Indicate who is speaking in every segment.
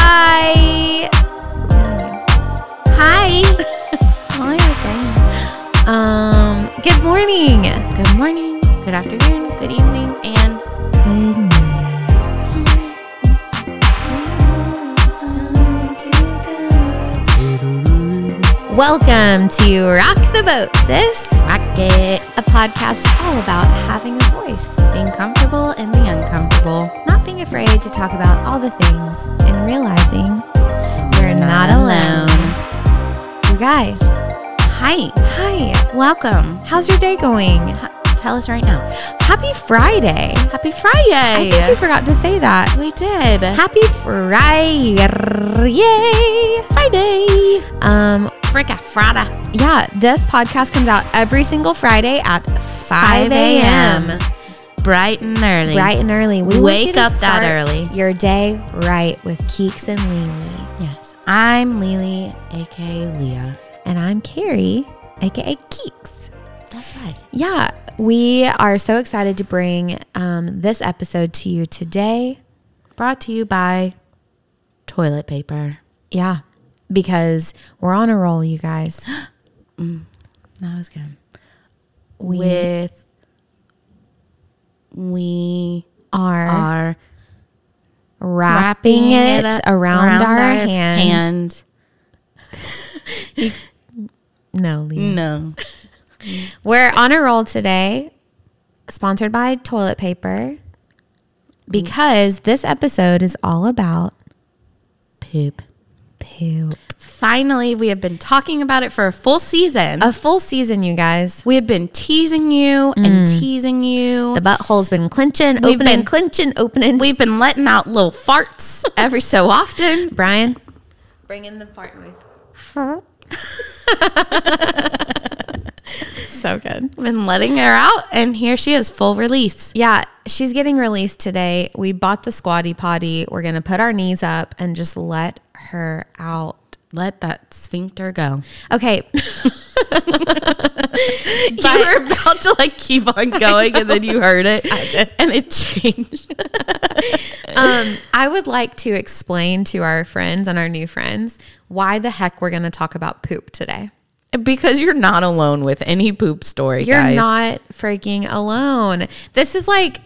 Speaker 1: Hi.
Speaker 2: Hi.
Speaker 1: Why am I saying? Um. Good morning.
Speaker 2: Good morning, good afternoon, good evening, and
Speaker 1: Welcome to Rock the Boat, sis.
Speaker 2: rocket.
Speaker 1: A podcast all about having a voice,
Speaker 2: Being comfortable in the uncomfortable.
Speaker 1: not being afraid to talk about all the things, and realizing you're not alone. You guys,
Speaker 2: Hi.
Speaker 1: hi.
Speaker 2: Welcome.
Speaker 1: How's your day going?
Speaker 2: Tell us right now.
Speaker 1: Happy Friday.
Speaker 2: Happy
Speaker 1: I
Speaker 2: Friday.
Speaker 1: think we forgot to say that.
Speaker 2: we did.
Speaker 1: Happy Friday.
Speaker 2: Friday.
Speaker 1: Um,
Speaker 2: Fricka Frada.
Speaker 1: yeah, this podcast comes out every single Friday at 5 a.m.
Speaker 2: Bright and early.
Speaker 1: Bright and early. We want
Speaker 2: Wake
Speaker 1: you to
Speaker 2: up that
Speaker 1: start
Speaker 2: early.
Speaker 1: Your day right with Keeks and Lily.
Speaker 2: Yes. I'm Lily, aka Leah.
Speaker 1: And I'm Carrie, aka Keeks.
Speaker 2: That's right.
Speaker 1: Yeah, we are so excited to bring um, this episode to you today.
Speaker 2: Brought to you by toilet paper.
Speaker 1: Yeah, because we're on a roll, you guys.
Speaker 2: That was good.
Speaker 1: We
Speaker 2: With we
Speaker 1: are,
Speaker 2: are
Speaker 1: wrapping, it, around, our, hand. No, Lee.
Speaker 2: No. Mm.
Speaker 1: We're on a roll today, sponsored by toilet paper,
Speaker 2: Mm.
Speaker 1: because this episode is all about
Speaker 2: Poop.
Speaker 1: poop.
Speaker 2: Finally, we have been talking about it for a full season.
Speaker 1: A full season, you guys.
Speaker 2: we have been teasing you and teasing you.
Speaker 1: The butthole's been clinching,
Speaker 2: We've
Speaker 1: opening,
Speaker 2: been-
Speaker 1: clinching, opening.
Speaker 2: We've been letting out little farts every so often.
Speaker 1: Brian, bring in the fart noise. so good.
Speaker 2: Been letting her out, and here she is, full release.
Speaker 1: Yeah, she's getting released today. We bought the squatty potty. We're going to put our knees up and just let her out.
Speaker 2: Let that sphincter go.
Speaker 1: Okay.
Speaker 2: you were about to like keep on going, and then you heard it, and it changed.
Speaker 1: um, I would like to explain to our friends and our new friends why the heck we're going to talk about poop today.
Speaker 2: Because you're not alone with any poop story.
Speaker 1: You're
Speaker 2: guys.
Speaker 1: not freaking alone. This is like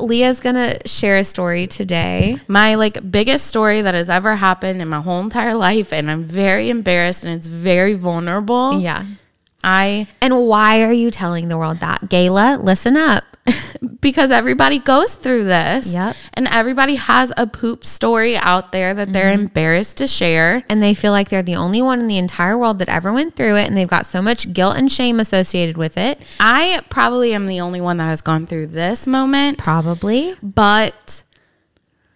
Speaker 1: Leah's going to share a story today.
Speaker 2: my like biggest story that has ever happened in my whole entire life, and I'm very embarrassed and it's very vulnerable.
Speaker 1: Yeah.
Speaker 2: I
Speaker 1: And why are you telling the world that? Gayla, listen up.
Speaker 2: because everybody goes through this.
Speaker 1: Yep.
Speaker 2: And everybody has a poop story out there that they're
Speaker 1: Mm-hmm.
Speaker 2: embarrassed to share.
Speaker 1: And they feel like they're the only one in the entire world that ever went through it. And they've got so much guilt and shame associated with it.
Speaker 2: I probably am the only one that has gone through this moment,
Speaker 1: Probably.
Speaker 2: but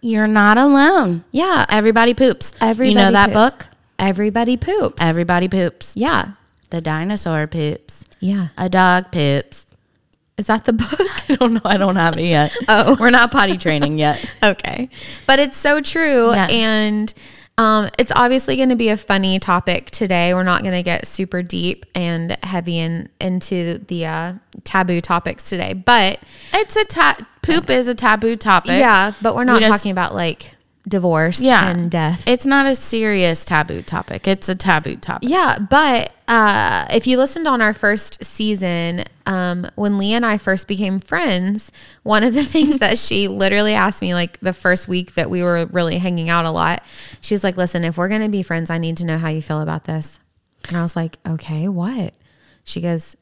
Speaker 2: you're not alone.
Speaker 1: Yeah.
Speaker 2: Everybody poops.
Speaker 1: Everybody
Speaker 2: you know that
Speaker 1: poops.
Speaker 2: book?
Speaker 1: Everybody poops.
Speaker 2: Everybody poops.
Speaker 1: yeah.
Speaker 2: The dinosaur poops.
Speaker 1: Yeah.
Speaker 2: A dog poops.
Speaker 1: Is that the book?
Speaker 2: I don't know. I don't have it yet.
Speaker 1: Oh.
Speaker 2: we're not potty training yet.
Speaker 1: okay. But it's so true.
Speaker 2: Yes.
Speaker 1: And um, it's obviously going to be a funny topic today. We're not going to get super deep and heavy in, into the uh, taboo topics today. But
Speaker 2: It's a ta- poop is a taboo topic.
Speaker 1: yeah, but we're not
Speaker 2: just-
Speaker 1: talking about like divorce
Speaker 2: Yeah.
Speaker 1: and death.
Speaker 2: it's not a serious taboo topic. It's a taboo topic.
Speaker 1: yeah, but uh, if you listened on our first season, um, when Leah and I first became friends, one of the things that she literally asked me, like the first week that we were really hanging out a lot, she was like, Listen, if we're going to be friends, I need to know how you feel about this. And I was like, Okay, what? She goes,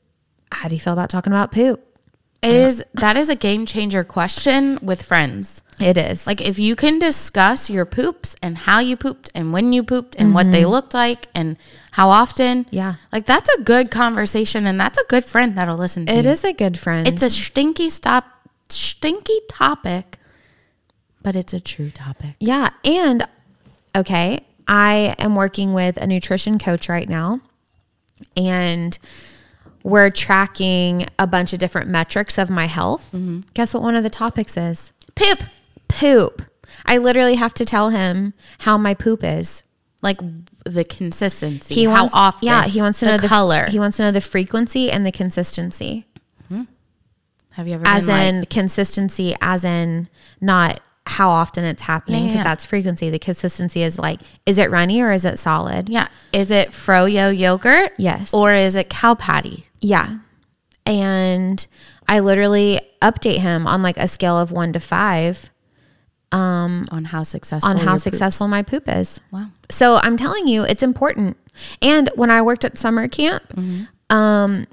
Speaker 1: How do you feel about talking about poop?
Speaker 2: It is that is a game changer question with friends.
Speaker 1: It is. Like,
Speaker 2: Like if you can discuss your poops and how you pooped and when you pooped and what they looked like and how often.
Speaker 1: Mm-hmm. Yeah.
Speaker 2: Like that's a good conversation and that's a good friend that'll listen to.
Speaker 1: it
Speaker 2: you.
Speaker 1: is a good friend.
Speaker 2: It's a stinky stop stinky topic, but it's a true topic.
Speaker 1: Yeah. And okay, I am working with a nutrition coach right now, and we're tracking a bunch of different metrics of my health.
Speaker 2: Mm-hmm.
Speaker 1: Guess what? One of the topics is
Speaker 2: Poop.
Speaker 1: poop. I literally have to tell him how my poop is.
Speaker 2: Like the consistency.
Speaker 1: He
Speaker 2: how
Speaker 1: wants,
Speaker 2: often.
Speaker 1: Yeah, he wants to
Speaker 2: the
Speaker 1: know the f-
Speaker 2: color.
Speaker 1: He wants to know the frequency and the consistency.
Speaker 2: Have you ever
Speaker 1: as
Speaker 2: been like,
Speaker 1: in consistency as in not how often it's happening because
Speaker 2: yeah.
Speaker 1: that's frequency. The consistency is like, is it runny or is it solid?
Speaker 2: Yeah. Is it froyo yogurt?
Speaker 1: Yes.
Speaker 2: Or is it cow patty?
Speaker 1: Yeah. And I literally update him on like a scale of one to five
Speaker 2: On how successful?
Speaker 1: on how
Speaker 2: your
Speaker 1: successful my poop is.
Speaker 2: Poop. Wow.
Speaker 1: So I'm telling you, it's important. And when I worked at summer camp, um,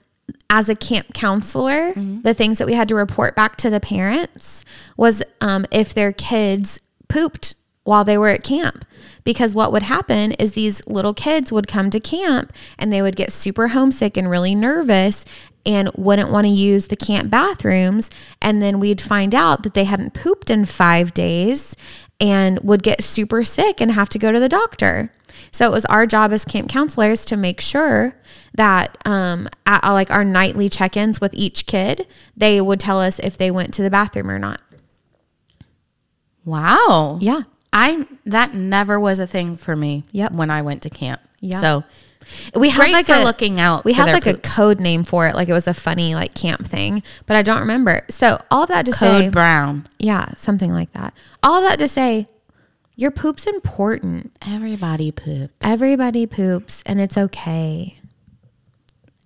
Speaker 1: as a camp counselor, the things that we had to report back to the parents was um, if their kids pooped while they were at camp. Because what would happen is these little kids would come to camp and they would get super homesick and really nervous and wouldn't want to use the camp bathrooms. And then we'd find out that they hadn't pooped in five days and would get super sick and have to go to the doctor. So it was our job as camp counselors to make sure that um, at uh, like our nightly check-ins with each kid, they would tell us if they went to the bathroom or not.
Speaker 2: Wow.
Speaker 1: Yeah.
Speaker 2: I that never was a thing for me.
Speaker 1: Yep.
Speaker 2: When I went to camp.
Speaker 1: Yeah.
Speaker 2: So
Speaker 1: We had
Speaker 2: Great
Speaker 1: like
Speaker 2: for
Speaker 1: a
Speaker 2: looking out
Speaker 1: We
Speaker 2: for
Speaker 1: had
Speaker 2: their
Speaker 1: like
Speaker 2: poops.
Speaker 1: a code name for it, like it was a funny like camp thing, but I don't remember. So all of that to
Speaker 2: code
Speaker 1: say,
Speaker 2: brown.
Speaker 1: yeah, something like that. All of that to say, your poop's important.
Speaker 2: Everybody pooped.
Speaker 1: Everybody poops, and it's okay.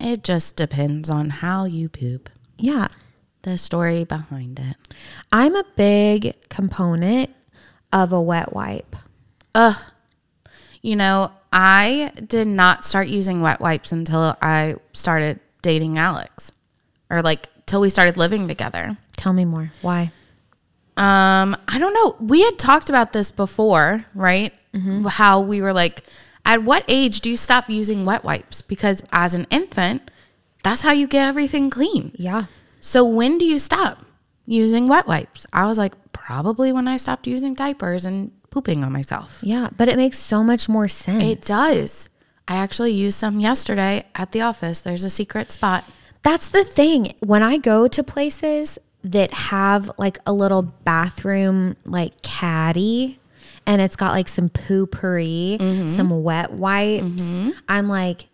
Speaker 2: It just depends on how you poop.
Speaker 1: Yeah.
Speaker 2: The story behind it.
Speaker 1: I'm a big component of a wet wipe.
Speaker 2: You know, I did not start using wet wipes until I started dating Alex. Or like till we started living together.
Speaker 1: Tell me more. Why?
Speaker 2: Um, I don't know. We had talked about this before, right? How we were like, at what age do you stop using wet wipes? Because as an infant, that's how you get everything clean.
Speaker 1: Yeah.
Speaker 2: So when do you stop using wet wipes? I was like, probably when I stopped using diapers and pooping on myself.
Speaker 1: Yeah, but it makes so much more sense.
Speaker 2: It does. I actually used some yesterday at the office. There's a secret spot.
Speaker 1: That's the thing. When I go to places that have like a little bathroom like caddy and it's got like some poo pourri, some wet wipes, I'm like,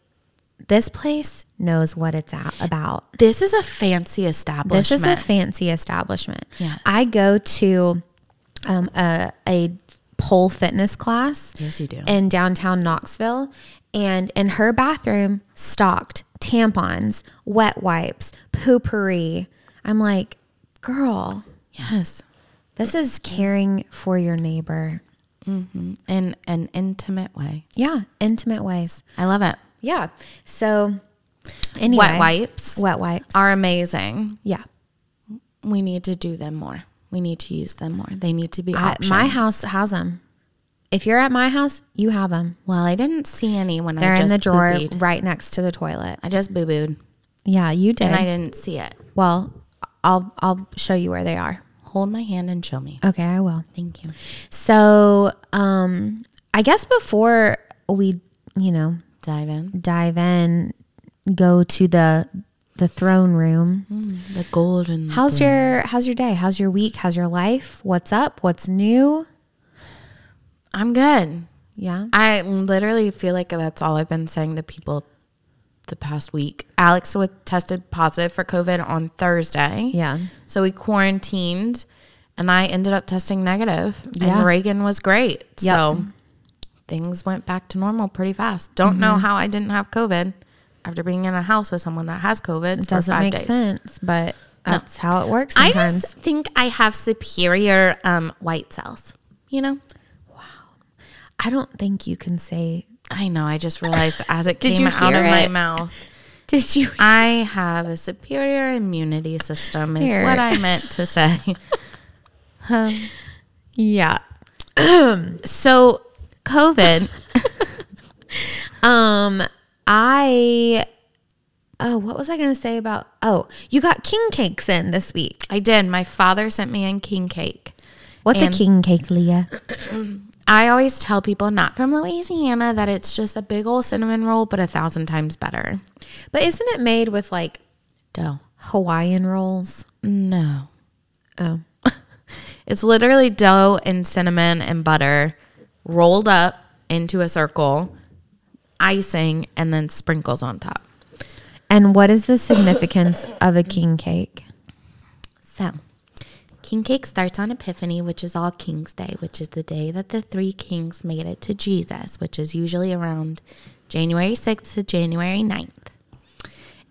Speaker 1: this place knows what it's at, about.
Speaker 2: This is a fancy establishment.
Speaker 1: This is a fancy establishment.
Speaker 2: Yes.
Speaker 1: I go to um, a, a pole fitness class.
Speaker 2: Yes, you do.
Speaker 1: In downtown Knoxville. And in her bathroom, stocked tampons, wet wipes, poopery. I'm like, girl,
Speaker 2: yes.
Speaker 1: this is caring for your neighbor.
Speaker 2: In an intimate way.
Speaker 1: Yeah, intimate ways.
Speaker 2: I love it.
Speaker 1: Yeah. So, anyway,
Speaker 2: Wet wipes
Speaker 1: Wet wipes.
Speaker 2: are amazing.
Speaker 1: yeah.
Speaker 2: We need to do them more. We need to use them more. They need to be
Speaker 1: I,
Speaker 2: options.
Speaker 1: my house has them. If you're at my house, you have them.
Speaker 2: Well, I didn't see any when
Speaker 1: They're
Speaker 2: I just
Speaker 1: in the drawer
Speaker 2: boobied.
Speaker 1: right next to the toilet.
Speaker 2: I just boo booed
Speaker 1: Yeah, you did.
Speaker 2: and I didn't see it.
Speaker 1: well, I'll I'll show you where they are.
Speaker 2: Hold my hand and show me.
Speaker 1: Okay, I will.
Speaker 2: Thank you.
Speaker 1: So, um I guess before we, you know,
Speaker 2: Dive in.
Speaker 1: dive in, go to the the throne room.
Speaker 2: Mm, The golden.
Speaker 1: How's your how's your day? How's your week? How's your life? What's up? What's new?
Speaker 2: I'm good.
Speaker 1: Yeah.
Speaker 2: I literally feel like that's all I've been saying to people the past week. Alex was tested positive for COVID on Thursday.
Speaker 1: Yeah.
Speaker 2: So we quarantined and I ended up testing negative,
Speaker 1: Yeah.
Speaker 2: And Reagan was great.
Speaker 1: Yep.
Speaker 2: So things went back to normal pretty fast. Don't know how I didn't have COVID after being in a house with someone that has COVID.
Speaker 1: It doesn't
Speaker 2: for five
Speaker 1: make
Speaker 2: days.
Speaker 1: sense, but that's how it works
Speaker 2: I
Speaker 1: sometimes.
Speaker 2: just think I have superior um, white cells. You know?
Speaker 1: I don't think you can say
Speaker 2: I know. I just realized as it
Speaker 1: Did
Speaker 2: came
Speaker 1: you
Speaker 2: out of
Speaker 1: hear
Speaker 2: my
Speaker 1: it?
Speaker 2: mouth.
Speaker 1: Did you
Speaker 2: I have a superior immunity system, is
Speaker 1: Here.
Speaker 2: what I meant to say.
Speaker 1: Yeah.
Speaker 2: So, COVID,
Speaker 1: Um, I. Oh, what was I going to say about? Oh, you got king cakes in this week.
Speaker 2: I did. My father sent me in king cake.
Speaker 1: What's
Speaker 2: And-
Speaker 1: a king cake, Leah?
Speaker 2: I always tell people not from Louisiana that it's just a big old cinnamon roll, but a thousand times better.
Speaker 1: But isn't it made with like
Speaker 2: Dough.
Speaker 1: Hawaiian rolls?
Speaker 2: No.
Speaker 1: Oh,
Speaker 2: It's literally dough and cinnamon and butter rolled up into a circle, icing, and then sprinkles on top.
Speaker 1: and what is the significance of a king cake?
Speaker 2: So, King Cake starts on Epiphany, which is All Kings Day, which is the day that the three kings made it to Jesus, which is usually around January 6th to January 9th.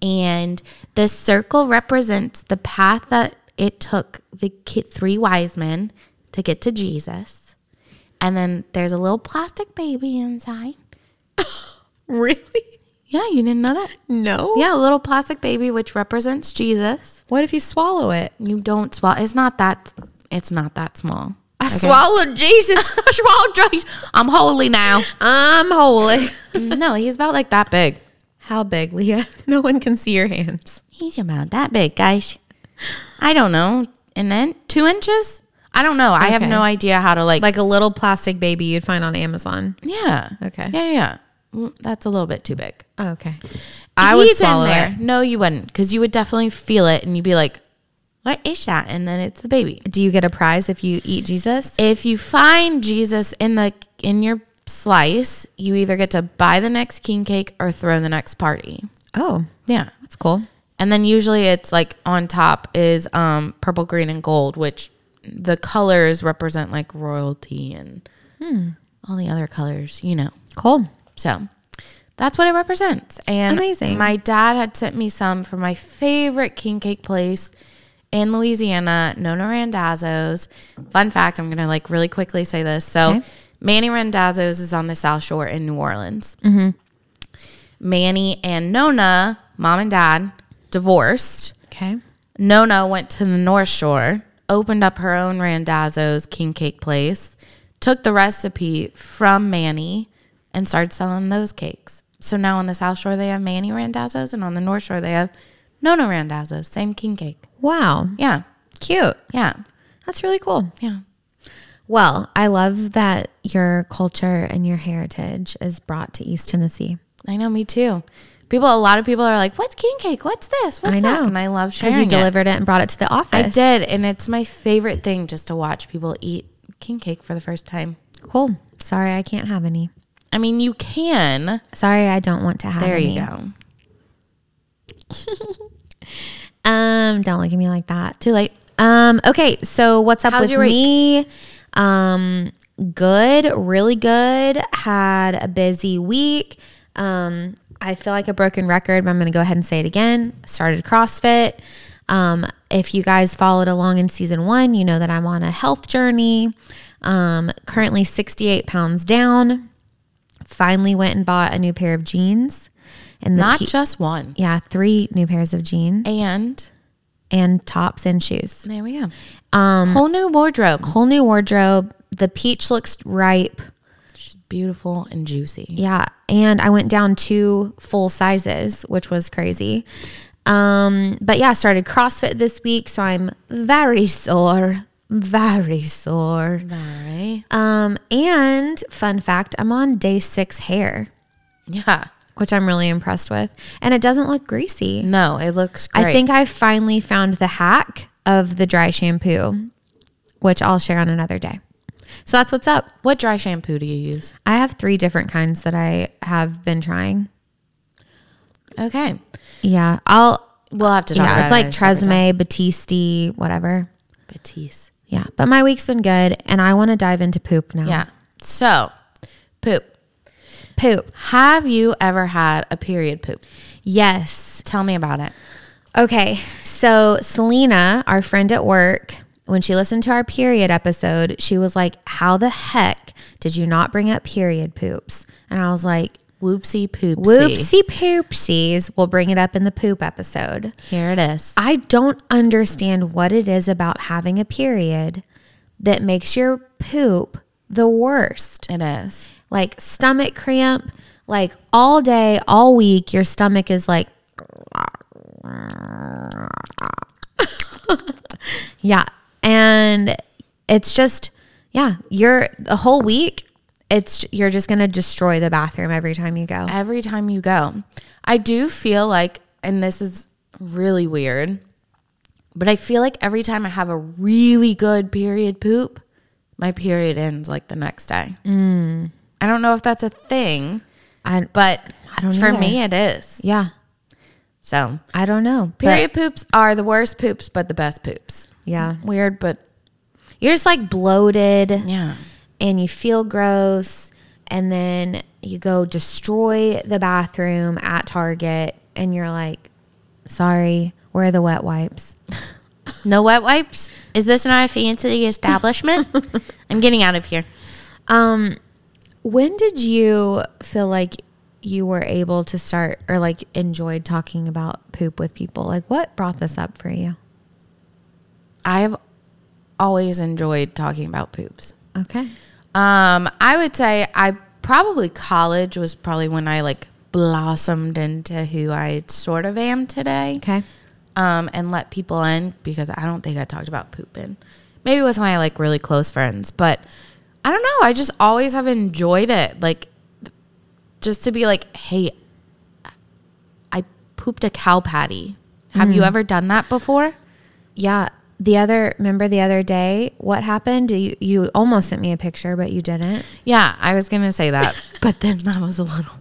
Speaker 2: And the circle represents the path that it took the ki- three wise men to get to Jesus. And then there's a little plastic baby inside.
Speaker 1: Really?
Speaker 2: Yeah, you didn't know that?
Speaker 1: No.
Speaker 2: Yeah, a little plastic baby, which represents Jesus.
Speaker 1: What if you swallow it?
Speaker 2: You don't swallow. It's not that. It's not that small.
Speaker 1: I swallowed Jesus.
Speaker 2: I swallowed drugs. I'm holy now.
Speaker 1: I'm holy.
Speaker 2: no, he's about like that big.
Speaker 1: How big, Leah? No one can see your hands.
Speaker 2: He's about that big, guys. I don't know. And then two inches. I don't know. I have
Speaker 1: Okay.
Speaker 2: no idea how to like.
Speaker 1: Like a little plastic baby you'd find on Amazon.
Speaker 2: yeah.
Speaker 1: Okay.
Speaker 2: Yeah, yeah. Mm, That's a little bit too big.
Speaker 1: Oh, Okay. I would
Speaker 2: He's in
Speaker 1: swallow
Speaker 2: there.
Speaker 1: it.
Speaker 2: No, you wouldn't, because you would definitely feel it, and you'd be like, "What is that?" And then it's the baby.
Speaker 1: Do you get a prize if you eat Jesus?
Speaker 2: if you find Jesus in the in your slice, you either get to buy the next king cake or throw the next party.
Speaker 1: Oh,
Speaker 2: Yeah.
Speaker 1: that's cool.
Speaker 2: And then usually it's like on top is um purple, green and gold, which the colors represent like royalty and all the other colors, you know.
Speaker 1: Cool.
Speaker 2: So that's what it represents. And
Speaker 1: Amazing.
Speaker 2: My dad had sent me some from my favorite king cake place in Louisiana, Nona Randazzo's. Fun fact, I'm gonna like really quickly say this. So
Speaker 1: Okay.
Speaker 2: Manny Randazzo's is on the South Shore in New Orleans. Mm-hmm. Manny and Nona, mom and dad, divorced.
Speaker 1: Okay.
Speaker 2: Nona went to the North Shore, opened up her own Randazzo's king cake place, took the recipe from Manny, and started selling those cakes. So now on the South Shore they have Manny Randazzo's, and on the North Shore they have Nona Randazzo's, same king cake.
Speaker 1: Wow.
Speaker 2: Yeah,
Speaker 1: Cute.
Speaker 2: yeah,
Speaker 1: That's really cool.
Speaker 2: yeah.
Speaker 1: Well, I love that your culture and your heritage is brought to East Tennessee.
Speaker 2: I know, me too. People, a lot of people are like, "What's king cake? What's this? What's
Speaker 1: I
Speaker 2: that?"
Speaker 1: know.
Speaker 2: And I love
Speaker 1: Because
Speaker 2: sharing
Speaker 1: you
Speaker 2: it.
Speaker 1: delivered it and brought it to the office.
Speaker 2: I did, and it's my favorite thing just to watch people eat king cake for the first time.
Speaker 1: Cool. Sorry, I can't have any.
Speaker 2: I mean, you can.
Speaker 1: Sorry, I don't want to have
Speaker 2: There
Speaker 1: any.
Speaker 2: you go.
Speaker 1: Um, don't look at me like that. Too late. Um, okay, so what's up
Speaker 2: How's
Speaker 1: with
Speaker 2: your week?
Speaker 1: me? Um, good, really good. Had a busy week. Um, I feel like a broken record, but I'm gonna go ahead and say it again. Started CrossFit. Um, if you guys followed along in season one, you know that I'm on a health journey. Um, currently 68 pounds down. Finally went and bought a new pair of jeans. And the
Speaker 2: Not
Speaker 1: pe-
Speaker 2: just one.
Speaker 1: yeah, three new pairs of jeans
Speaker 2: And
Speaker 1: and tops and shoes.
Speaker 2: there we go. Um, Whole new wardrobe.
Speaker 1: Whole new wardrobe. The peach looks ripe.
Speaker 2: She's beautiful and juicy.
Speaker 1: Yeah. And I went down two full sizes, which was crazy. Um, but yeah, I started CrossFit this week, so I'm very sore. Very sore.
Speaker 2: Right?
Speaker 1: Um, and fun fact, I'm on day six hair,
Speaker 2: Yeah.
Speaker 1: which I'm really impressed with. And it doesn't look greasy.
Speaker 2: No, it looks great.
Speaker 1: I think I finally found the hack of the dry shampoo, which I'll share on another day. So that's what's up.
Speaker 2: What dry shampoo do you use?
Speaker 1: I have three different kinds that I have been trying.
Speaker 2: Okay.
Speaker 1: Yeah, I'll.
Speaker 2: We'll have to talk
Speaker 1: Yeah,
Speaker 2: about
Speaker 1: it's like
Speaker 2: it a separate time.
Speaker 1: Tresemme, Batiste, whatever.
Speaker 2: Batiste.
Speaker 1: Yeah, but my week's been good, and I want to dive into poop now.
Speaker 2: Yeah. So, poop.
Speaker 1: poop.
Speaker 2: Have you ever had a period poop?
Speaker 1: Yes.
Speaker 2: Tell me about it.
Speaker 1: Okay, so Selena, our friend at work, when she listened to our period episode, she was like, "How the heck did you not bring up period poops?" And I was like,
Speaker 2: Whoopsie poopsie.
Speaker 1: Whoopsie poopsies. We'll bring it up in the poop episode.
Speaker 2: Here it is.
Speaker 1: I don't understand what it is about having a period that makes your poop the worst.
Speaker 2: It is.
Speaker 1: Like stomach cramp, like all day, all week, your stomach is like, yeah. And it's just, yeah, you're the whole week. It's you're just gonna destroy the bathroom every time you go.
Speaker 2: every time you go. I do feel like, and this is really weird, but I feel like every time I have a really good period poop, my period ends like the next day.
Speaker 1: Mm.
Speaker 2: I don't know if that's a thing,
Speaker 1: I
Speaker 2: but
Speaker 1: I don't
Speaker 2: for
Speaker 1: either.
Speaker 2: me it is.
Speaker 1: yeah.
Speaker 2: So
Speaker 1: I don't know. but-
Speaker 2: period poops are the worst poops, but the best poops.
Speaker 1: yeah.
Speaker 2: Weird, but
Speaker 1: You're just like bloated
Speaker 2: Yeah.
Speaker 1: and you feel gross. And then you go destroy the bathroom at Target and you're like, sorry, where are the wet wipes?
Speaker 2: No wet wipes? Is this not a fancy establishment? I'm getting out of here.
Speaker 1: When did you feel like you were able to start or like enjoyed talking about poop with people? Like, what brought this up for you?
Speaker 2: I've always enjoyed talking about poops.
Speaker 1: Okay.
Speaker 2: Um, I would say I probably college was probably when I like blossomed into who I sort of am today.
Speaker 1: Okay.
Speaker 2: Um, and let people in because I don't think I talked about pooping. Maybe with my like really close friends, but I don't know. I just always have enjoyed it. Like just to be like, hey, I pooped a cow patty. Have you ever done that before?
Speaker 1: Yeah. The other, remember the other day, what happened? You, you almost sent me a picture, but you didn't.
Speaker 2: Yeah, I was gonna say that, but then that was a little.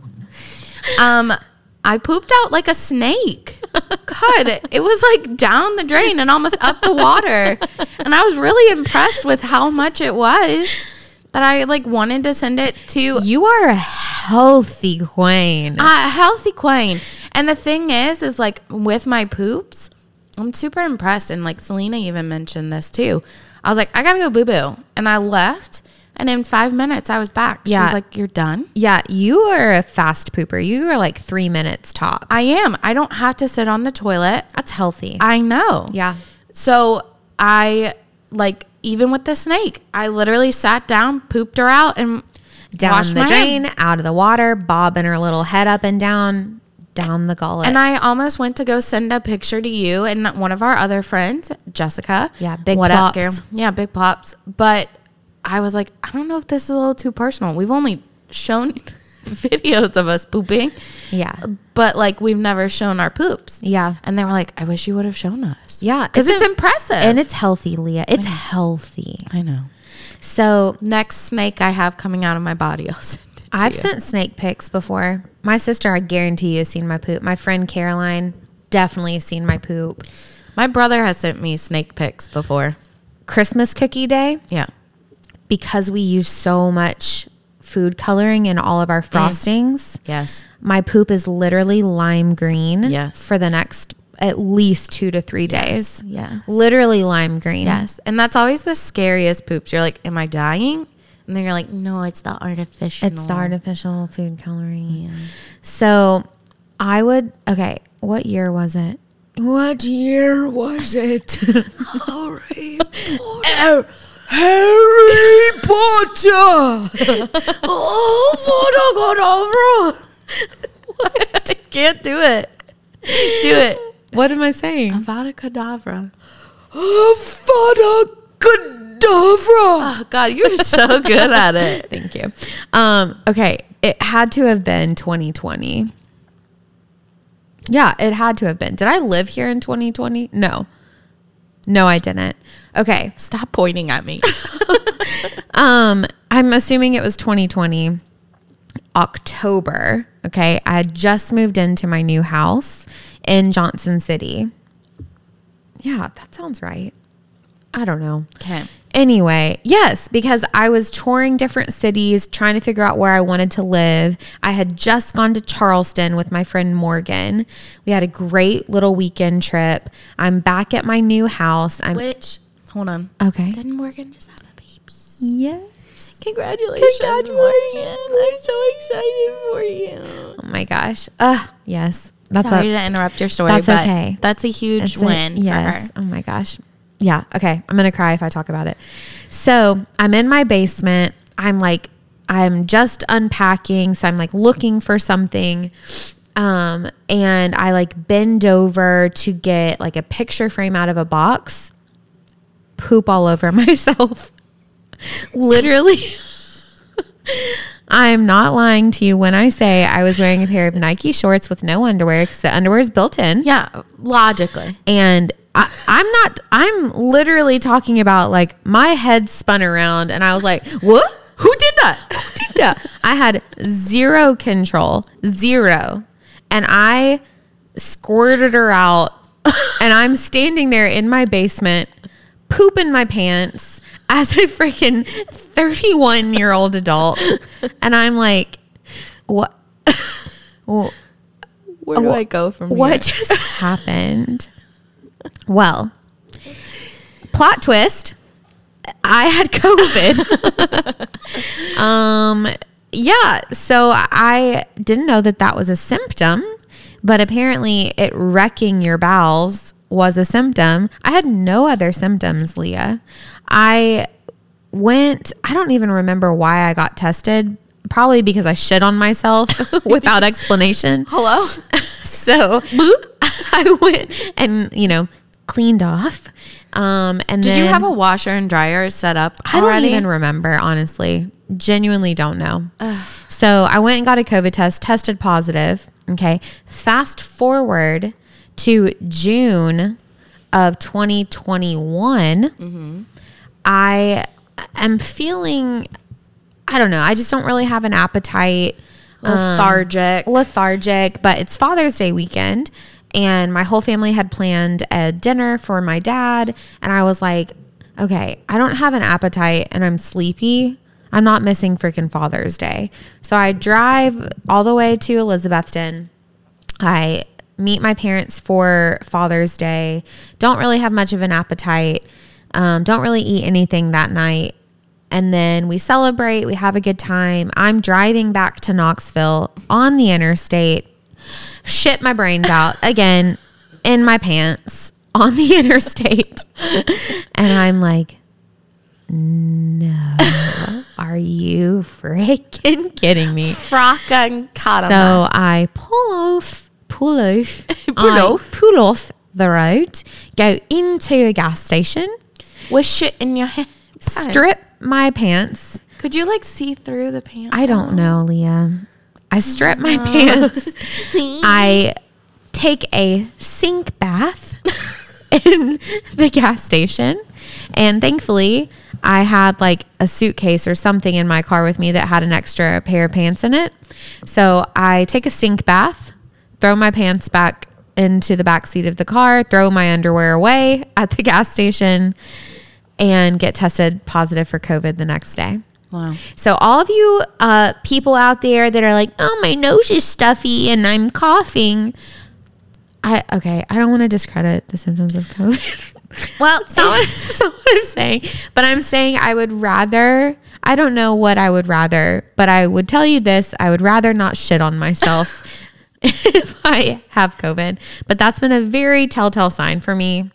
Speaker 2: Um, I pooped out like a snake. God, it was like down the drain and almost up the water, and I was really impressed with how much it was that I like wanted to send it to
Speaker 1: You are a healthy queen.
Speaker 2: a healthy queen. And the thing is, is like with my poops, I'm super impressed. And like Selena even mentioned this too. I was like, I gotta go boo boo, and I left. And in five minutes, I was back. She
Speaker 1: Yeah.
Speaker 2: was like, "You're done."
Speaker 1: Yeah, you are a fast pooper. You are like three minutes tops.
Speaker 2: I am. I don't have to sit on the toilet.
Speaker 1: That's healthy.
Speaker 2: I know.
Speaker 1: yeah.
Speaker 2: So I like even with the snake, I literally sat down, pooped her out, and
Speaker 1: Down
Speaker 2: washed
Speaker 1: the
Speaker 2: my hand.
Speaker 1: drain, out of the water, bobbing her little head up and down, down the gullet.
Speaker 2: And I almost went to go send a picture to you and one of our other friends, Jessica.
Speaker 1: Yeah, big
Speaker 2: up,
Speaker 1: plops.
Speaker 2: girl? Yeah, big pops. But I was like, I don't know if this is a little too personal. We've only shown videos of us pooping,
Speaker 1: yeah.
Speaker 2: but like we've never shown our poops.
Speaker 1: Yeah.
Speaker 2: And they were like, I wish you would have shown us.
Speaker 1: Yeah.
Speaker 2: Because
Speaker 1: It's
Speaker 2: it's, impressive.
Speaker 1: And it's healthy, Leah. It's healthy.
Speaker 2: I know.
Speaker 1: So
Speaker 2: Next snake I have coming out of my body, I'll send it to
Speaker 1: I've
Speaker 2: you.
Speaker 1: sent snake pics before. My sister, I guarantee you, has seen my poop. My friend Caroline definitely has seen my poop.
Speaker 2: my brother has sent me snake pics before.
Speaker 1: Christmas cookie day,
Speaker 2: Yeah.
Speaker 1: because we use so much food coloring in all of our frostings.
Speaker 2: Yes.
Speaker 1: My poop is literally lime green
Speaker 2: Yes.
Speaker 1: for the next at least two to three days.
Speaker 2: yes.
Speaker 1: Literally lime green.
Speaker 2: Yes. And that's always the scariest poops. You're like, am I dying? And then you're like, no, it's the artificial.
Speaker 1: It's the artificial food coloring. So I would, okay, what year was it? What year was it? Harry Potter. Harry Potter. oh, what
Speaker 2: I can't do it. Do it.
Speaker 1: What am I saying?
Speaker 2: Avada Kedavra.
Speaker 1: Avada Kedavra.
Speaker 2: Oh, God, you're so good at it.
Speaker 1: Thank you. Um, okay, it had to have been 2020. Yeah, it had to have been. Did I live here in 2020? No. No, I didn't. Okay.
Speaker 2: Stop pointing at me.
Speaker 1: Um, I'm assuming it was 2020, October. Okay. I had just moved into my new house in Johnson City. Yeah, that sounds right. I don't know.
Speaker 2: Okay.
Speaker 1: Anyway, yes, because I was touring different cities trying to figure out where I wanted to live. I had just gone to Charleston with my friend Morgan. We had a great little weekend trip. I'm back at my new house. I'm
Speaker 2: Which, hold on.
Speaker 1: okay.
Speaker 2: Didn't Morgan just have a baby?
Speaker 1: Yes.
Speaker 2: Congratulations.
Speaker 1: Morgan.
Speaker 2: I'm so excited for you.
Speaker 1: Oh my gosh. Uh, yes. That's
Speaker 2: Sorry
Speaker 1: a,
Speaker 2: to interrupt your story,
Speaker 1: That's
Speaker 2: but
Speaker 1: okay.
Speaker 2: that's a huge
Speaker 1: That's it.
Speaker 2: win for her.
Speaker 1: yes. Oh my gosh. Yeah. Okay. I'm going to cry if I talk about it. So I'm in my basement. I'm like, I'm just unpacking. So I'm like looking for something. Um, and I like bend over to get like a picture frame out of a box, poop all over myself. Literally. I'm not lying to you when I say I was wearing a pair of Nike shorts with no underwear because the underwear is built in
Speaker 2: Yeah, logically.
Speaker 1: and I, I'm not. I'm literally talking about like my head spun around, and I was like, "What? Who did that? Who did that?" I had zero control, zero, and I squirted her out, and I'm standing there in my basement, pooping my pants. as a freaking 31 year old adult. And I'm like, what? Wh-
Speaker 3: Where do I go from
Speaker 1: Oh, What just happened? Well, plot twist. I had COVID. um, yeah, so I didn't know that that was a symptom, but apparently it wrecking your bowels was a symptom. I had no other symptoms, Leah. I went, I don't even remember why I got tested. Probably because I shit on myself without explanation
Speaker 2: Hello?
Speaker 1: so I went and you know cleaned off. Um, and
Speaker 2: Did you
Speaker 1: then-
Speaker 2: have a washer and dryer set up?
Speaker 1: I don't
Speaker 2: already?
Speaker 1: even remember honestly. Genuinely don't know. So I went and got a COVID test, tested positive. Okay. Fast forward to June of 2021. I am feeling, I don't know, I just don't really have an appetite.
Speaker 2: Lethargic.
Speaker 1: lethargic, but it's Father's Day weekend. And my whole family had planned a dinner for my dad. And I was like, okay, I don't have an appetite and I'm sleepy. I'm not missing freaking Father's Day. So I drive all the way to Elizabethton. I meet my parents for Father's Day. Don't really have much of an appetite. Um, don't really eat anything that night. And then we celebrate. We have a good time. I'm driving back to Knoxville on the interstate. Shit my brains out again in my pants on the interstate. and I'm like, no, are you freaking kidding me?
Speaker 2: Frocking so,
Speaker 1: So I pull off, pull off,
Speaker 2: Pull
Speaker 1: I
Speaker 2: off.
Speaker 1: pull off the road, go into a gas station,
Speaker 2: Oh. With shit in your hands.
Speaker 1: strip my pants.
Speaker 2: Could you like see through the pants?
Speaker 1: I don't know, Leah. I strip my pants. I take a sink bath in the gas station. And thankfully, I had like a suitcase or something in my car with me that had an extra pair of pants in it. So I take a sink bath, throw my pants back into the back seat of the car, throw my underwear away at the gas station, and get tested positive for COVID the next day.
Speaker 2: Wow.
Speaker 1: So all of you uh, people out there that are like, "Oh, my nose is stuffy and I'm coughing," I okay, I don't want to discredit the symptoms of COVID.
Speaker 2: Well,
Speaker 1: that's, not what, that's not what I'm saying, but I'm saying I would rather. I don't know what I would rather, but I would tell you this: I would rather not shit on myself if I have COVID. But that's been a very telltale sign for me.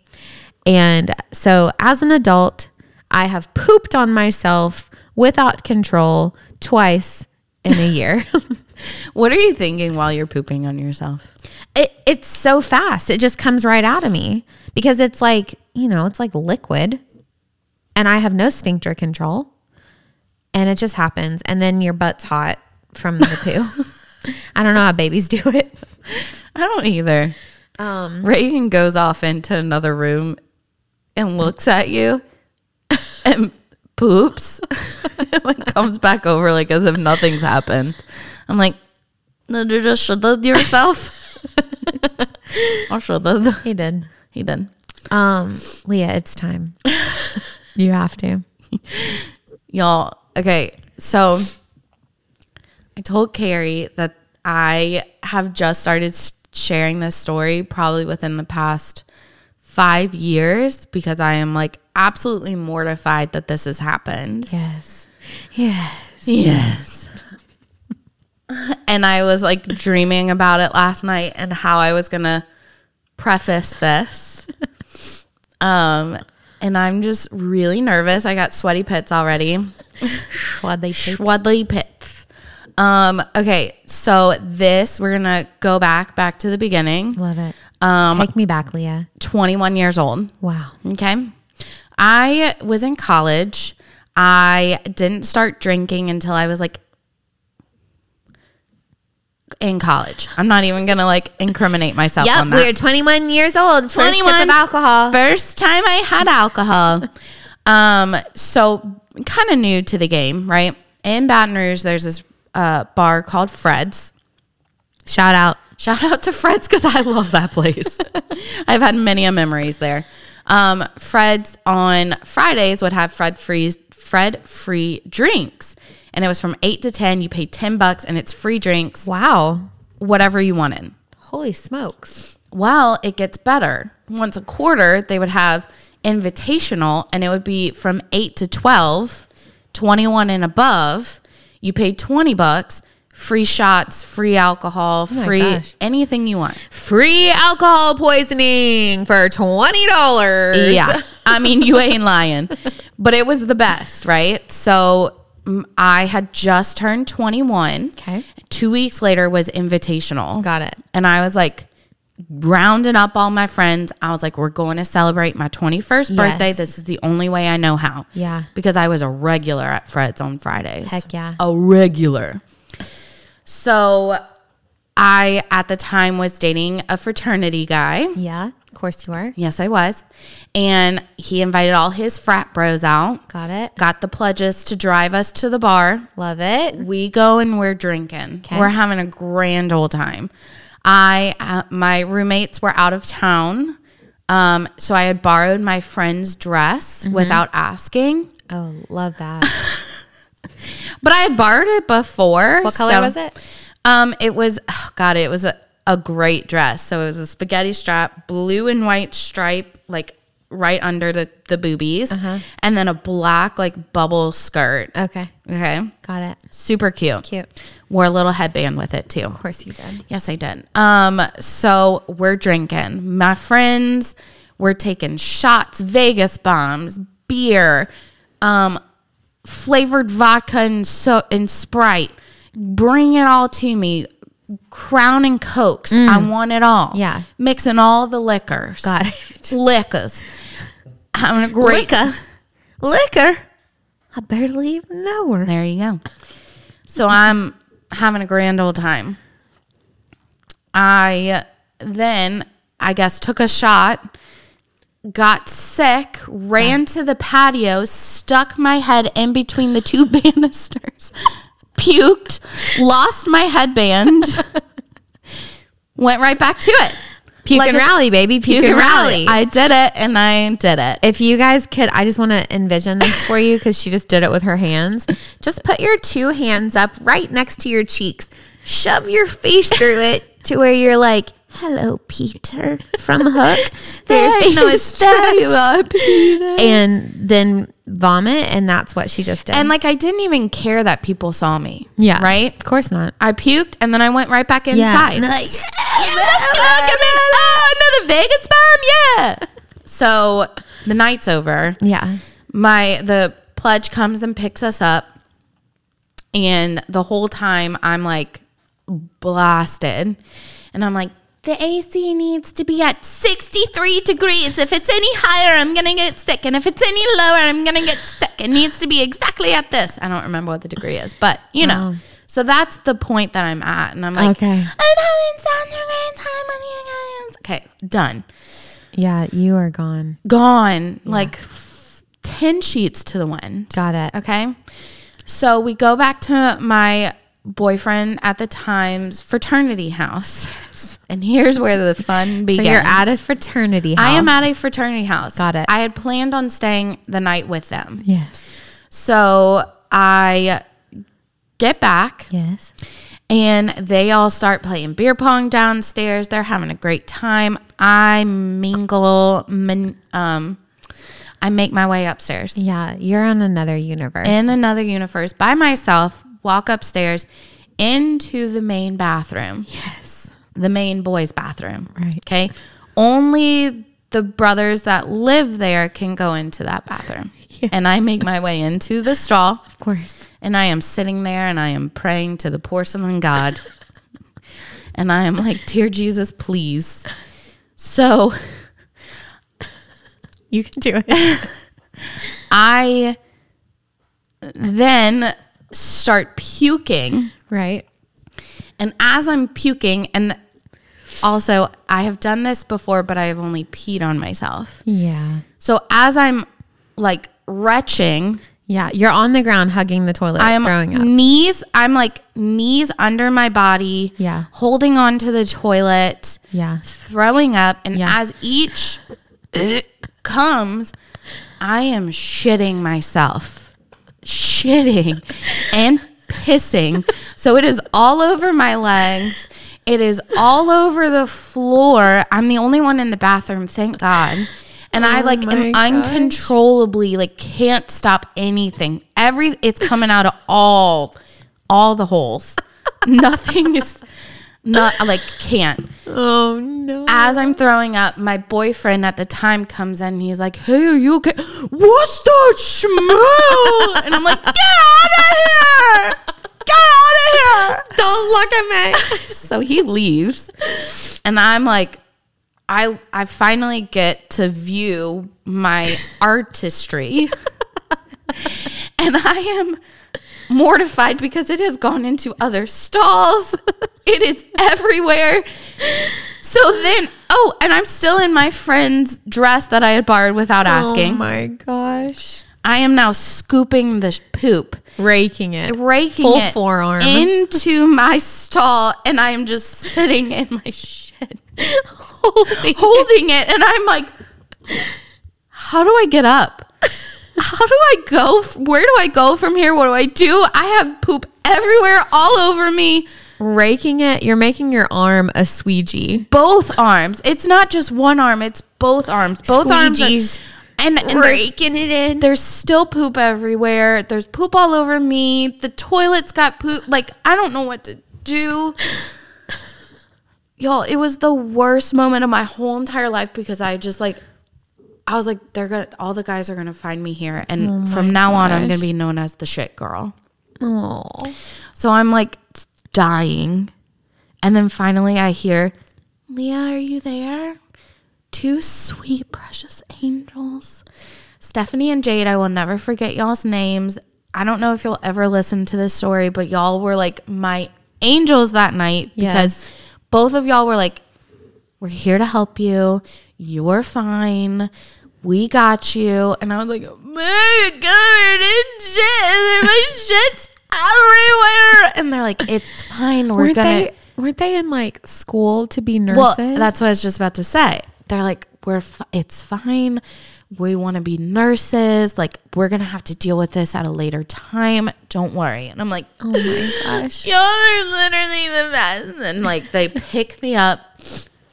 Speaker 1: And so as an adult, I have pooped on myself without control twice in a year.
Speaker 2: What are you thinking while you're pooping on yourself?
Speaker 1: it, it's so fast. It just comes right out of me because it's like, you know, it's like liquid and I have no sphincter control and it just happens. And then your butt's hot from the poo. I don't know how babies do it.
Speaker 2: I don't either. Um, Reagan goes off into another room and looks at you and poops and like comes back over like as if nothing's happened. I'm like, no, you just shut up yourself. I'll shut up.
Speaker 1: He did.
Speaker 2: He did.
Speaker 1: Um, Leah, it's time. you have to.
Speaker 2: Y'all, okay, so I told Carrie that I have just started s- sharing this story probably within the past five years because I am like absolutely mortified that this has happened.
Speaker 1: Yes. Yes.
Speaker 2: Yes. and I was like dreaming about it last night and how I was going to preface this. um, and I'm just really nervous. I got sweaty pits already.
Speaker 1: What they
Speaker 2: Schwadley Pits. Um, okay, so this we're gonna go back back to the beginning.
Speaker 1: Love it.
Speaker 2: Um,
Speaker 1: Take me back, Leah.
Speaker 2: twenty one years old.
Speaker 1: Wow.
Speaker 2: Okay, I was in college. I didn't start drinking until I was like in college. I'm not even gonna like incriminate myself on that.
Speaker 1: 21 years old.
Speaker 2: First time I had alcohol. um, so kind of new to the game, right? In Baton Rouge, there's this uh, bar called Fred's. Shout out. Shout out to Fred's because I love that place. I've had many a memories there. Um, Fred's on Fridays would have Fred free Fred free drinks, and it was from eight to ten. You pay ten bucks, and it's free drinks,
Speaker 1: Wow.
Speaker 2: whatever you wanted.
Speaker 1: Holy smokes.
Speaker 2: Well, it gets better. Once a quarter, they would have invitational, and it would be from 8 to 12, 21 and above. You pay 20 bucks, free shots, free alcohol,
Speaker 1: Oh my
Speaker 2: free
Speaker 1: gosh.
Speaker 2: anything you want.
Speaker 1: Free alcohol poisoning for $20.
Speaker 2: Yeah. I mean, you ain't lying. But it was the best, right? So mm, I had just turned 21.
Speaker 1: Okay. Oh
Speaker 2: Two weeks later was invitational.
Speaker 1: Got it.
Speaker 2: And I was like, rounding up all my friends. I was like, we're going to celebrate my 21st birthday.
Speaker 1: Yes.
Speaker 2: This is the only way I know how.
Speaker 1: Yeah.
Speaker 2: Because I was a regular at Fred's on Fridays.
Speaker 1: Heck yeah.
Speaker 2: A regular. So I, at the time, was dating a fraternity guy.
Speaker 1: Yeah. Of course you are.
Speaker 2: Yes, I was. And he invited all his frat bros out,
Speaker 1: Got it.
Speaker 2: got the pledges to drive us to the bar.
Speaker 1: Love it.
Speaker 2: We go and we're drinking.
Speaker 1: Okay.
Speaker 2: We're having a grand old time. I uh, my roommates were out of town, um, so I had borrowed my friend's dress
Speaker 1: Mm-hmm.
Speaker 2: without asking.
Speaker 1: Oh, love that.
Speaker 2: But I had borrowed it before.
Speaker 1: What color
Speaker 2: so-
Speaker 1: was it?
Speaker 2: Um, it was oh God, it was a, a great dress. So it was a spaghetti strap, blue and white stripe, like right under the the boobies,
Speaker 1: Uh-huh.
Speaker 2: and then a black like bubble skirt.
Speaker 1: Okay.
Speaker 2: Okay,
Speaker 1: Got it.
Speaker 2: super cute.
Speaker 1: Cute.
Speaker 2: Wore a little headband with it too.
Speaker 1: Of course you did.
Speaker 2: Yes, I did. Um, so we're drinking. My friends, we're taking shots, Vegas bombs, beer, um, flavored vodka and so and Sprite. Bring it all to me. Crown and Cokes. I want it all.
Speaker 1: Mm. Yeah.
Speaker 2: Mixing all the liquors.
Speaker 1: Got
Speaker 2: it. Liquors. Having a great
Speaker 1: Liquor. Liquor. I barely even know her.
Speaker 2: There you go. So I'm having a grand old time. I then, I guess, took a shot, got sick, ran to the patio, stuck my head in between the two banisters, puked, lost my headband, went right back to it.
Speaker 1: Puke
Speaker 2: Like
Speaker 1: and
Speaker 2: a-
Speaker 1: rally, baby. Puke, and rally.
Speaker 2: I did it and I did it.
Speaker 1: if you guys could, I just want to envision this for you because she just did it with her hands. Just put your two hands up right next to your cheeks, shove your face through it to where you're like, "Hello, Peter," from Hook. Their face is stretched. and then vomit, and that's what she just did.
Speaker 2: And like I didn't even care that people saw me.
Speaker 1: yeah,
Speaker 2: Right?
Speaker 1: Of course not.
Speaker 2: I puked and then I went right back
Speaker 1: Yeah.
Speaker 2: inside.
Speaker 1: And they're like,
Speaker 2: oh, another Vegas bomb, yeah. So the night's over.
Speaker 1: yeah.
Speaker 2: My the pledge comes and picks us up, and the whole time I'm like blasted, and I'm like. The AC needs to be at 63 degrees. If it's any higher, I'm going to get sick. And if it's any lower, I'm going to get sick. It needs to be exactly at this. I don't remember what the degree is, but you know.
Speaker 1: Wow.
Speaker 2: So that's the point that I'm at. And I'm like,
Speaker 1: Okay.
Speaker 2: I'm having such a great time with you guys. Okay, done.
Speaker 1: Yeah, you are gone.
Speaker 2: Gone. Like f- 10 sheets to the wind.
Speaker 1: Got it.
Speaker 2: Okay. So we go back to my boyfriend at the time's fraternity house. And here's where the fun
Speaker 1: So
Speaker 2: begins.
Speaker 1: you're at a fraternity house.
Speaker 2: I am at a fraternity house.
Speaker 1: Got it.
Speaker 2: I had planned on staying the night with them.
Speaker 1: Yes.
Speaker 2: So I get back
Speaker 1: Yes.
Speaker 2: and they all start playing beer pong downstairs. They're having a great time. I mingle, min, um, I make my way upstairs
Speaker 1: Yeah, you're on another universe.
Speaker 2: in another universe by myself, walk upstairs into the main bathroom,
Speaker 1: yes.
Speaker 2: the main boys' bathroom.
Speaker 1: Right.
Speaker 2: Okay. Only the brothers that live there can go into that bathroom. And I make my way into the straw.
Speaker 1: Of course.
Speaker 2: And I am sitting there and I am praying to the porcelain god. and I am like, Dear Jesus, please. So
Speaker 1: You can do it.
Speaker 2: I then start puking.
Speaker 1: right.
Speaker 2: And as I'm puking, and also I have done this before, but I have only peed on myself.
Speaker 1: Yeah.
Speaker 2: So as I'm like retching,
Speaker 1: Yeah. You're on the ground hugging the toilet,
Speaker 2: I am
Speaker 1: throwing up.
Speaker 2: knees. I'm like knees under my body.
Speaker 1: Yeah.
Speaker 2: holding on to the toilet.
Speaker 1: Yeah.
Speaker 2: throwing up, and
Speaker 1: Yeah.
Speaker 2: as each comes, I am shitting myself, shitting and pissing. So it is all over my legs. It is all over the floor. I'm the only one in the bathroom, thank God. And I
Speaker 3: Oh
Speaker 2: like am
Speaker 3: my gosh.
Speaker 2: uncontrollably like can't stop anything. Every it's coming out of all all the holes. Nothing is not I, like can't.
Speaker 3: Oh no.
Speaker 2: As I'm throwing up, my boyfriend at the time comes in. And he's like, "Hey, are you okay? What's that smell?" and I'm like, "Get out of here! Get out of here!"
Speaker 1: Don't look at me.
Speaker 2: so he leaves and i'm like i i finally get to view my artistry and i am mortified because it has gone into other stalls it is everywhere so then oh and i'm still in my friend's dress that i had borrowed without asking
Speaker 3: Oh my gosh.
Speaker 2: i am now scooping the poop
Speaker 1: Raking it.
Speaker 2: raking
Speaker 1: Full
Speaker 2: it
Speaker 1: forearm.
Speaker 2: into my stall, and I am just sitting in my shit, holding, holding it, and I'm like, how do I get up? How do I go? f- Where do I go from here? What do I do? I have poop everywhere, all over me,
Speaker 1: Raking it. You're making your arm a squeegee.
Speaker 2: both arms. It's not just one arm; it's both arms. Both
Speaker 1: Squeegees.
Speaker 2: arms. Are, and, and there's
Speaker 1: Raking it in.
Speaker 2: there's still poop everywhere. There's poop all over me. The toilet's got poop. Like, I don't know what to do. Y'all, it was the worst moment of my whole entire life because I just like, I was like, they're gonna, all the guys are gonna find me here. And from now on, I'm gonna be known as the shit girl.
Speaker 1: Aw.
Speaker 2: So I'm like dying. And then finally I hear, Leah, are you there? Two sweet, precious angels. Stephanie and Jade, I will never forget y'all's names. I don't know if you'll ever listen to this story, but y'all were like my angels that night because both of y'all were like, we're here to help you. You're fine. We got you. And I was like, oh my God, it's shit. My shit's everywhere. And they're like, it's fine. We're
Speaker 1: Weren't
Speaker 2: gonna.
Speaker 1: they weren't they in like school to be nurses?
Speaker 2: well, that's what I was just about to say. They're like, we're f- it's fine. We want to be nurses. Like, we're gonna have to deal with this at a later time. Don't worry. And I'm like,
Speaker 1: oh my gosh.
Speaker 2: Y'all are literally the best. And like they pick me up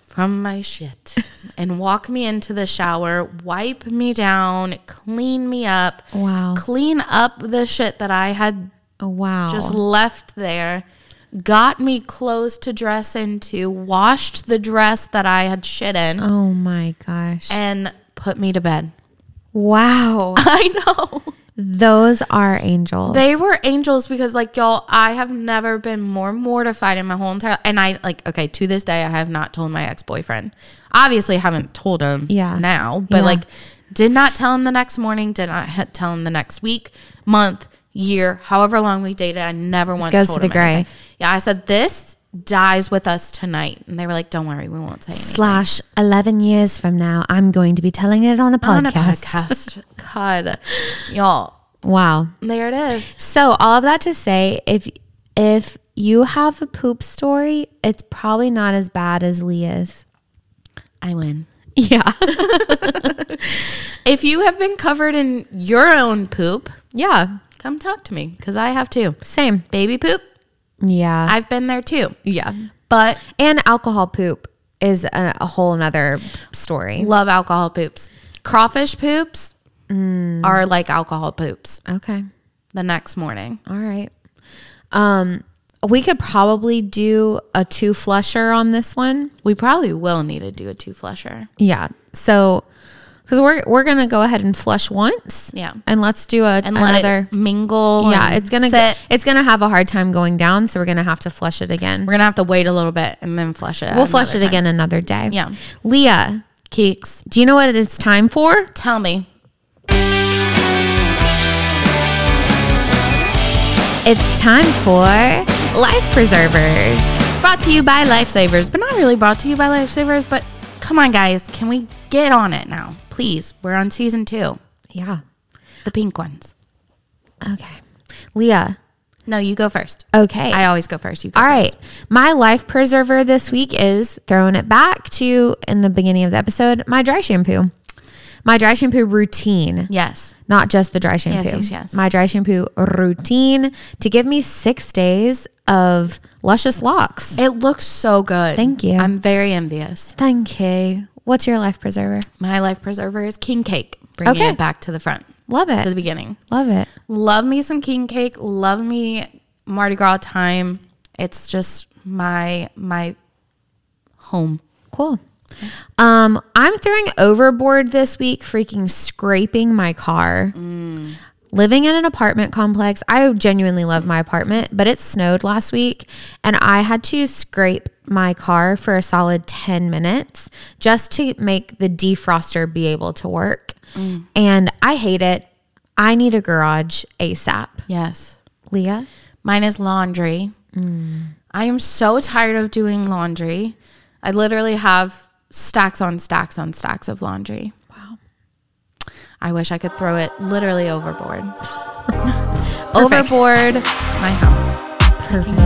Speaker 2: from my shit and walk me into the shower, wipe me down, clean me up,
Speaker 1: Wow.
Speaker 2: clean up the shit that I had
Speaker 1: Oh, wow.
Speaker 2: just left there, got me clothes to dress into, washed the dress that I had shit in,
Speaker 1: oh my gosh.
Speaker 2: and put me to bed.
Speaker 1: wow.
Speaker 2: I know.
Speaker 1: Those are angels.
Speaker 2: They were angels because like y'all, I have never been more mortified in my whole entire and I like okay, to this day I have not told my ex-boyfriend. Obviously I haven't told him
Speaker 1: Yeah.
Speaker 2: now, but
Speaker 1: Yeah.
Speaker 2: like did not tell him the next morning, did not ha- tell him the next week, month, year, however long we dated. I never once
Speaker 1: goes
Speaker 2: told
Speaker 1: to the
Speaker 2: him anything.
Speaker 1: grave.
Speaker 2: Yeah, I said this dies with us tonight. And they were like, "Don't worry, we won't say anything."
Speaker 1: slash 11 years from now i'm going to be telling it on a podcast,
Speaker 2: On a podcast. God. Y'all,
Speaker 1: wow
Speaker 2: there it is.
Speaker 1: so all of that to say if if you have a poop story it's probably not as bad as leah's
Speaker 2: I win.
Speaker 1: yeah
Speaker 2: If you have been covered in your own poop,
Speaker 1: yeah
Speaker 2: come talk to me because I have too.
Speaker 1: same
Speaker 2: Baby poop,
Speaker 1: yeah
Speaker 2: I've been there too.
Speaker 1: yeah
Speaker 2: But
Speaker 1: and alcohol poop is a, a whole nother story
Speaker 2: love alcohol poops. Crawfish poops
Speaker 1: Mm.
Speaker 2: are like alcohol poops
Speaker 1: okay
Speaker 2: the next morning.
Speaker 1: all right um we could probably do a two flusher on this one
Speaker 2: We probably will need to do a two flusher.
Speaker 1: Yeah. So, because we're we're gonna go ahead and flush once.
Speaker 2: Yeah.
Speaker 1: And let's do a
Speaker 2: And let
Speaker 1: another.
Speaker 2: it mingle.
Speaker 1: yeah,
Speaker 2: and
Speaker 1: it's gonna
Speaker 2: sit.
Speaker 1: get, it's gonna have a hard time going down, so we're gonna have to flush it again.
Speaker 2: We're gonna have to wait a little bit and then flush it.
Speaker 1: We'll flush it again another day.
Speaker 2: Yeah.
Speaker 1: Leah,
Speaker 2: Keeks,
Speaker 1: do you know what it's time for?
Speaker 2: tell me.
Speaker 1: It's time for life preservers.
Speaker 2: Brought to you by Lifesavers, but not really brought to you by Lifesavers. But come on, guys, can we get on it now, please? We're on season two,
Speaker 1: Yeah.
Speaker 2: the pink ones.
Speaker 1: Okay. Leah.
Speaker 2: No, you go first.
Speaker 1: Okay.
Speaker 2: I always go first. You go
Speaker 1: All
Speaker 2: first.
Speaker 1: right. My life preserver this week is throwing it back to in the beginning of the episode, my dry shampoo. My dry shampoo routine,
Speaker 2: Yes.
Speaker 1: not just the dry shampoo.
Speaker 2: yes, yes.
Speaker 1: My dry shampoo routine to give me six days of luscious locks.
Speaker 2: It looks so good.
Speaker 1: Thank you.
Speaker 2: I'm very envious.
Speaker 1: Thank you. What's your life preserver?
Speaker 2: My life preserver is king cake. Bringing
Speaker 1: Okay.
Speaker 2: it back to the front,
Speaker 1: Love
Speaker 2: to
Speaker 1: it.
Speaker 2: the beginning.
Speaker 1: Love it.
Speaker 2: Love me some king cake. Love me Mardi Gras time. It's just my my home.
Speaker 1: Cool. Um, I'm throwing overboard this week, freaking scraping my car. Living in an apartment complex. I genuinely love my apartment, but it snowed last week and I had to scrape my car for a solid 10 minutes just to make the defroster be able to work. And I hate it. I need a garage ASAP.
Speaker 2: Yes.
Speaker 1: Leah?
Speaker 2: Mine is laundry. I am so tired of doing laundry. I literally have stacks on stacks on stacks of laundry. Wow. I wish I could throw it literally overboard. overboard my house.
Speaker 1: Perfect.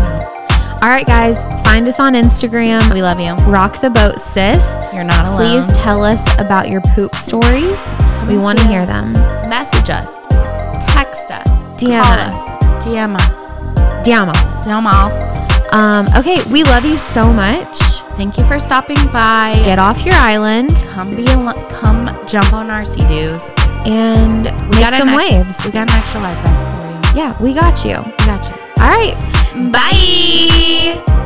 Speaker 1: All right, guys, find us on Instagram.
Speaker 2: We love you.
Speaker 1: Rock the boat, sis.
Speaker 2: You're not alone.
Speaker 1: Please tell us about your poop stories. we
Speaker 2: and
Speaker 1: want to
Speaker 2: see
Speaker 1: hear
Speaker 2: us.
Speaker 1: them.
Speaker 2: message us, text us,
Speaker 1: DM
Speaker 2: call
Speaker 1: us.
Speaker 2: us, DM us,
Speaker 1: Damn us.
Speaker 2: DM us.
Speaker 1: Um, okay, we love you so much.
Speaker 2: Thank you for stopping by.
Speaker 1: Get off your island
Speaker 2: come be al- come jump on our sea doos.
Speaker 1: and make
Speaker 2: an
Speaker 1: some
Speaker 2: ex-
Speaker 1: waves.
Speaker 2: We got an extra life vest for you.
Speaker 1: yeah, we got you. All
Speaker 2: We got you.
Speaker 1: right. Bye.